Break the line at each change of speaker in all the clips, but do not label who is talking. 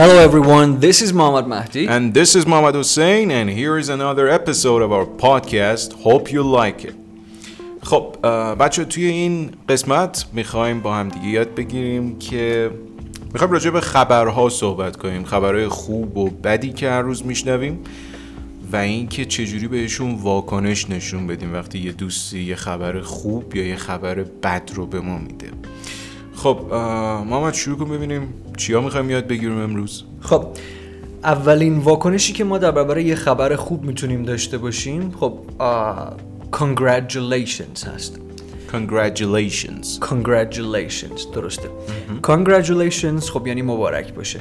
Hello everyone, this is Mohammad Mahdi.
And this is Mohammad Hussein and here is another episode of our podcast. Hope you like it. خب اه، بچه توی این قسمت میخوایم با هم دیگه یاد بگیریم که میخوایم راجع به خبرها صحبت کنیم خبرهای خوب و بدی که هر روز میشنویم و اینکه چجوری بهشون واکنش نشون بدیم وقتی یه دوستی یه خبر خوب یا یه خبر بد رو به ما میده خب اه، محمد شروع کن ببینیم چیا میخوایم یاد بگیریم امروز
خب اولین واکنشی که ما در برابر یه خبر خوب میتونیم داشته باشیم خب آه، congratulations هست
Congratulations
congratulations درسته congratulations خب یعنی مبارک باشه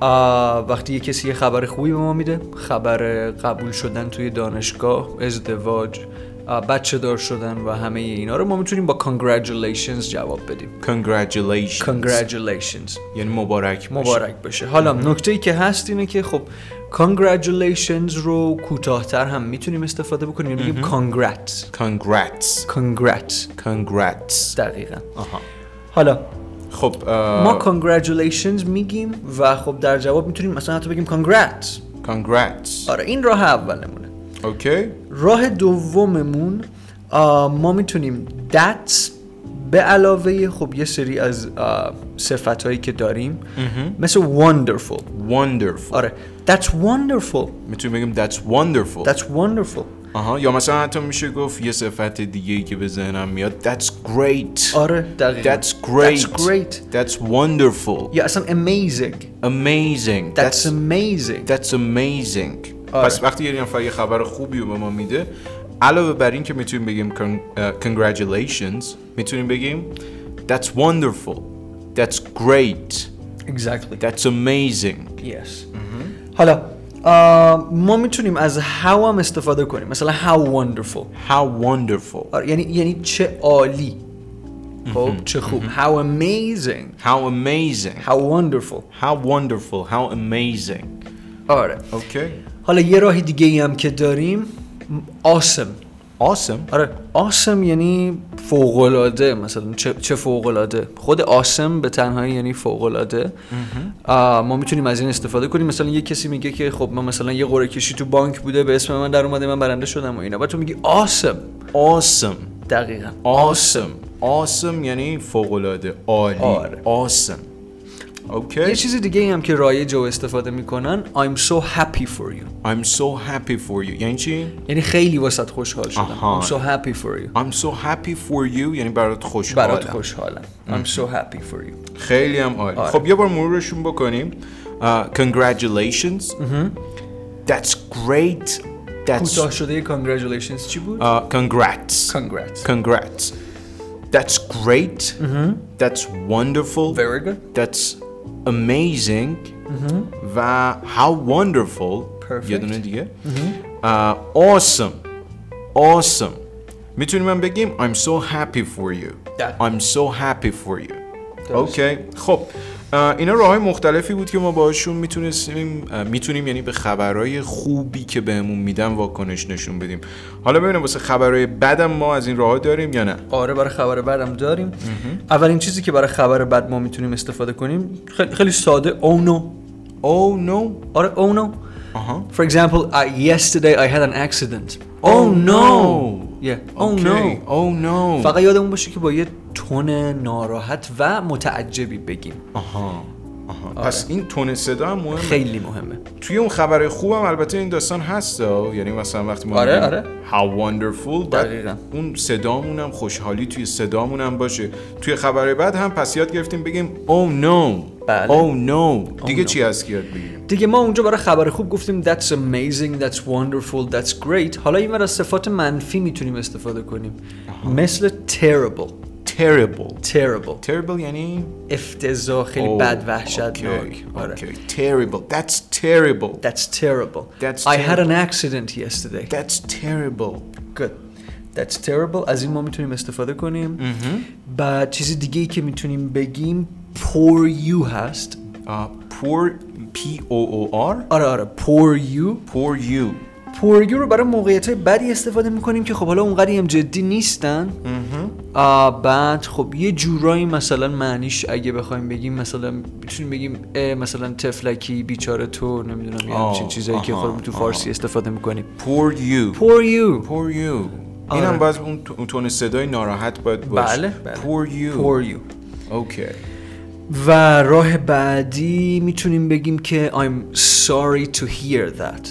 آه، وقتی یه کسی یه خبر خوبی به ما میده خبر قبول شدن توی دانشگاه ازدواج آه، بچه دار شدن و همه اینا رو ما میتونیم با congratulations جواب بدیم
Congratulations
congratulations
یعنی مبارک باشه.
مبارک باشه حالا نکته ای که هست اینه که خب congratulations رو کوتاهتر هم میتونیم استفاده بکنیم یعنی میگیم congrats
Congrats
congrats
Congrats uh,
دقیقا
آها
حالا
خب اه،
ما congratulations میگیم و خب در جواب میتونیم مثلا حتی بگیم congrats
Congrats
آره این راه اولمونه
اوکی
راه دوممون آه، ما میتونیم that به علاوه خب یه سری از صفت هایی که داریم مثل wonderful
Wonderful
آره that's wonderful
میتونیم بگیم That's wonderful
That's wonderful.
آها یا مثلا حتی میشه گفت یه صفت دیگه ای که به ذهنم میاد That's great
آره دقیقا.
That's great
Oh. That's great.
That's wonderful
یا اصلا amazing.
Amazing
That's, amazing.
That's amazing
آره.
پس وقتی یه نفر یه خبر خوبی رو به ما میده علاوه بر این که میتونیم بگیم con- اه، congratulations میتونیم بگیم that's wonderful that's great
exactly.
that's amazing
yes. حالا آه، ما میتونیم از how هم استفاده کنیم مثلا how wonderful
how wonderful
آره یعنی یعنی چه عالی خب چه خوب how amazing
how amazing
how wonderful
how wonderful how amazing
آره
okay
حالا یه راه دیگه ای هم که داریم awesome
awesome
آره آسم یعنی فوقلاده مثلا چه, چه فوقلاده خود آسم به تنهایی یعنی فوقلاده ما میتونیم از این استفاده کنیم مثلا یه کسی میگه که خب من مثلا یه قرعه کشی تو بانک بوده به اسم من در اومده من برنده شدم و اینا بعد تو میگی آسم
awesome
دقیقا
awesome awesome یعنی فوق العاده عالی
آره.
awesome
یه
okay
چیز دیگه ای هم که رایج و استفاده میکنن I'm so happy for you
I'm so happy for you یعنی چی
یعنی خیلی واسط خوشحال شدم
آها.
I'm so happy for you
I'm so happy for you یعنی برات خوشحالم
برات خوشحالم I'm so happy for you
خیلی هم عالی
آره.
خب یه بار مرورشون بکنیم آه، Uh, congratulations that's great that's
کوتاه شده congratulations چی بود؟
آه، congrats
Congrats
congrats that's great that's wonderful
Very good
that's amazing و how wonderful
Mm-hmm. Perfect. Mm-hmm.
یه دونه دیگه آه، Uh, awesome awesome میتونیم من بگیم I'm so happy for you
Yeah.
I'm so happy for you
درست.
اوکی خب آه، اینا راه مختلفی بود که ما باشون میتونستیم میتونیم یعنی به خبرهای خوبی که بهمون میدن واکنش نشون بدیم حالا ببینیم واسه خبرهای بدم ما از این راه داریم یا نه
آره برای خبر بعدم داریم اولین چیزی که برای خبر بعد ما میتونیم استفاده کنیم خیلی, خیلی ساده oh no
Oh no
آره oh no
آها
for example I, yesterday I had an accident
Oh no.
yeah oh
اوکی.
no
Oh no
فقط یادمون باشه که با یه تون ناراحت و متعجبی بگیم
آها آها پس این تون صدا هم مهمه
آره. خیلی مهمه
توی اون خبر خوبم البته این داستان هست ها. یعنی مثلا وقتی ما
آره،
میگیم
آره.
How wonderful
دقیقاً.
بعد اون صدامون هم خوشحالی توی صدامون هم باشه توی خبر بعد هم پس یاد گرفتیم بگیم Oh no
بله.
Oh no دیگه
no.
چی هست که یاد بگیریم
دیگه ما اونجا برای خبر خوب گفتیم that's amazing that's wonderful that's great حالا این برای صفات منفی میتونیم استفاده کنیم مثل terrible
Terrible
terrible
Terrible یعنی
افتضاح خیلی
Oh,
بد وحشتناک
okay,
آره
okay. Terrible That's terrible
That's terrible.
That's
I had an
terrible.
accident yesterday.
That's terrible
Good. That's terrible. از این ما میتونیم استفاده کنیم. و چیز دیگه ای که میتونیم بگیم poor you هست.
آه، Uh, Poor P O O R
آره آره poor you.
Poor you
poor you رو برای موقعیت بدی استفاده میکنیم که خب حالا اونقدی هم جدی نیستن. آه، بعد خب یه جورایی مثلا معنیش اگه بخوایم بگیم مثلا میتونیم بگیم اه، مثلا تفلکی بیچاره تو نمیدونم یه
آه،
همچین چیزایی که
آها،
خب تو فارسی استفاده میکنیم
Poor you
Poor you
Poor you
آره.
اینم باز اون تو- اون تون صدای ناراحت باید باشه
بله، بله.
Poor you
Poor you
Okay.
و راه بعدی میتونیم بگیم که I'm sorry to hear that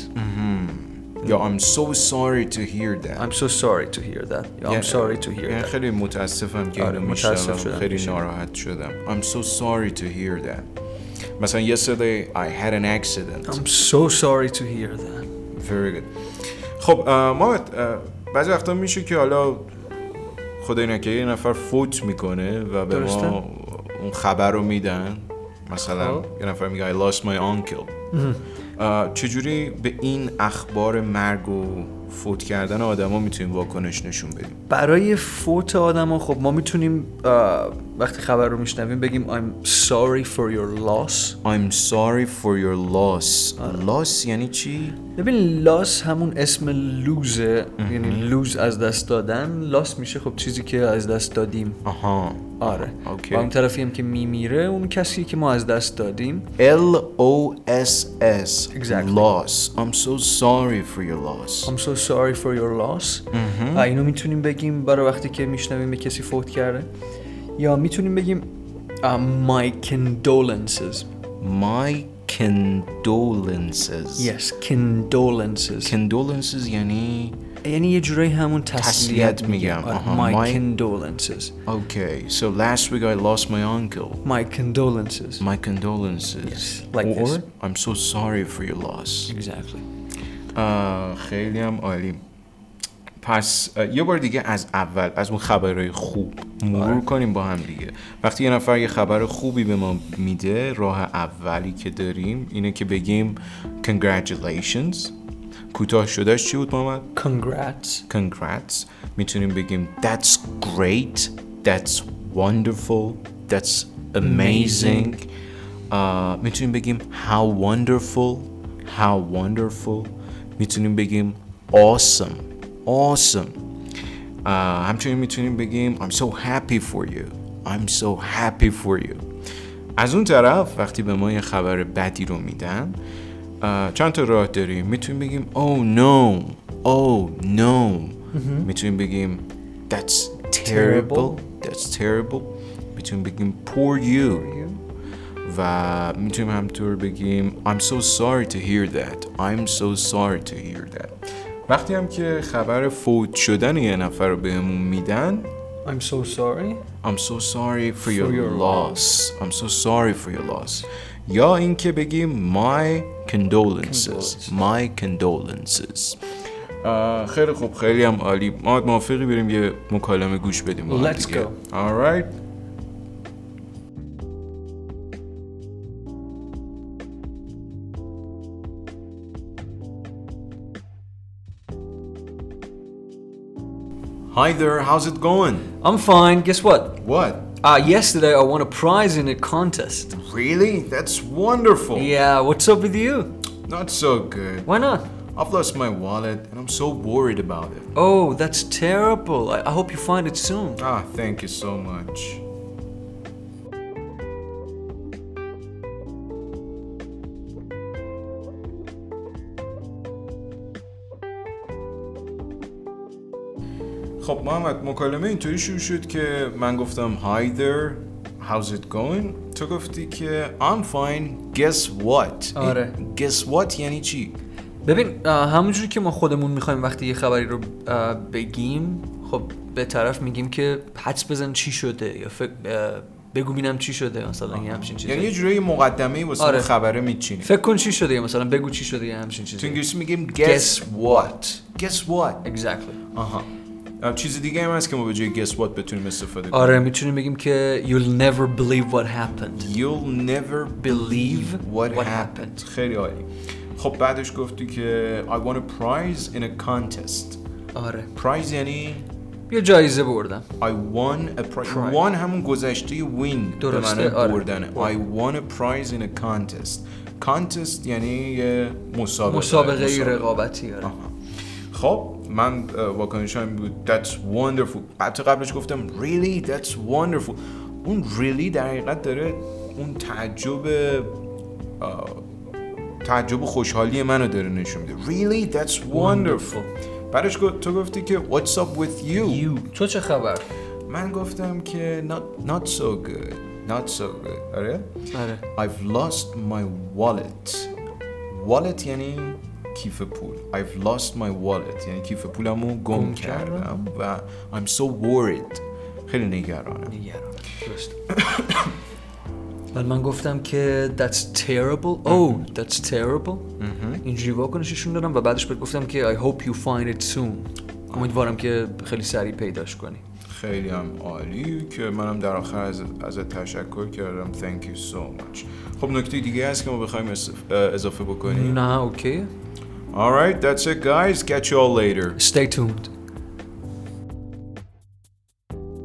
یا I'm so sorry to hear that
I'm so sorry to hear that یا
یعنی-
I'm sorry to hear
یعنی
that
خیلی متاسفم که
آره،
اینو
متاسف
میشنوم
شدم
خیلی
می‌شنوم.
ناراحت شدم I'm so sorry to hear that مثلا یه صدای I had an accident
I'm so sorry to hear that
Very good. خب اه، محمد اه، بعضی وقتا میشه که حالا خدای نکرده یه نفر فوت میکنه و به
درسته.
ما اون خبر رو میدن مثلا
خب.
یه نفر میگه I lost my uncle اه، چجوری به این اخبار مرگ و فوت کردن آدما میتونیم واکنش نشون بدیم
برای فوت آدم ها خب ما میتونیم آه، وقتی خبر رو میشنویم بگیم I'm sorry for your loss
I'm sorry for your loss
آره.
loss یعنی چی؟
ببین لاس همون اسم لوزه یعنی لوز از دست دادن لاس میشه خب چیزی که از دست دادیم
آها
آره
اوکی.
و اون طرفی هم که میمیره اون کسی که ما از دست دادیم
L O S S
Exactly.
loss I'm so sorry for your loss
I'm so sorry for your loss و اینو میتونیم بگیم برای وقتی که میشنویم به کسی فوت کرده یا میتونیم بگیم uh, my condolences
My condolences
yes condolences
Condolences یعنی
یعنی یه جورایی همون تسلیت
تسلیت
میگم
میگم.
آره.
آها.
my
My-
condolences
Okay, so last week I lost my uncle
my condolences
My condolences
Yes, like
Or
this.
I'm so sorry for your loss
exactly
آه، خیلی هم عالی پس اه، یه بار دیگه از اول از اون خبرهای خوب مرور
آره.
کنیم با هم دیگه وقتی یه نفر یه خبر خوبی به ما میده راه اولی که داریم اینه که بگیم congratulations کوتاه شدهش چی بود محمد؟
congrats
congrats میتونیم بگیم that's great that's wonderful that's amazing Uh, آه، میتونیم بگیم how wonderful how wonderful میتونیم بگیم awesome awesome آه، همچنین میتونیم بگیم I'm so happy for you I'm so happy for you از اون طرف وقتی به ما یه خبر بدی رو میدن آه، چند تا راه داریم میتونیم بگیم oh no oh no میتونیم بگیم that's terrible that's terrible میتونیم بگیم poor you و میتونیم همطور بگیم I'm so sorry to hear that I'm so sorry to hear that وقتی هم که خبر فوت شدن یه نفر رو بهمون میدن
I'm so sorry
I'm so sorry for, your,
your
loss. I'm so sorry for your loss. یا اینکه بگیم my condolences. My condolences. آه، Uh, خیلی خوب خیلی هم عالی ما موافقی بریم یه مکالمه گوش بدیم با هم
Let's
دیگه.
go.
Alright. Hi there, how's it going?
I'm fine guess what
What?
uh, yesterday I won a prize in a contest
Oh. Really? That's wonderful.
yeah what's up with you
Not so good.
why not
I've lost my wallet and I'm so worried about it.
Oh, that's terrible. I, I hope you find it soon.
Ah, thank you so much. خب محمد مکالمه اینطوری شروع شد که من گفتم Hi there, how's it going? تو گفتی که I'm fine, guess what?
آره.
Guess what یعنی چی؟
ببین اه، همونجوری ah, که ما خودمون میخوایم وقتی یه خبری رو اه، بگیم خب به طرف میگیم که حدس بزن چی شده یا فکر اه، بگو بینم چی شده مثلا یه همچین چیزی
یعنی یه جورایی مقدمه واسه
آره.
آره. خبره میچینی
فکر کن چی شده یا مثلا بگو چی شده یا همچین
تو
چیزی
انگلیسی میگیم guess what guess what
exactly
آها آه، چیز دیگه هم هست که ما به جای guess what بتونیم استفاده کنیم
آره میتونیم بگیم که you'll never believe what happened
You'll never believe what, happened. خیلی عالی خب بعدش گفتی که I won a prize in a contest
آره
prize یعنی
یه جایزه بردم
I won a prize
Prize.
won همون گذشته win به
درسته،
معنای
آره.
بردنه I won a prize in a contest contest یعنی یه مسابقه
مسابقه رقابتی آره
آها. خب من واکنشم بود that's wonderful بعد قبلش گفتم really that's wonderful اون really در حقیقت داره اون تعجب آه، تعجب و خوشحالی منو داره نشون میده really that's wonderful بعدش گفت- تو گفتی که what's up with you
You. تو چه خبر؟
من گفتم که not, not so good not so good آره
آره
I've lost my wallet wallet یعنی کیف پول I've lost my wallet یعنی کیف پولمو گم کردم و I'm so worried خیلی نگرانم
نگران درست بعد من گفتم که that's terrible oh that's terrible اینجوری واکنششون دادم و بعدش بهت گفتم که I hope you find it soon امیدوارم که خیلی سریع پیداش کنی
خیلی هم عالی که منم در آخر از از تشکر کردم Thank you so much خب نکته دیگه هست که ما بخوایم اضاف- اضافه بکنیم
نه اوکی
Alright that's it guys catch you all later
stay tuned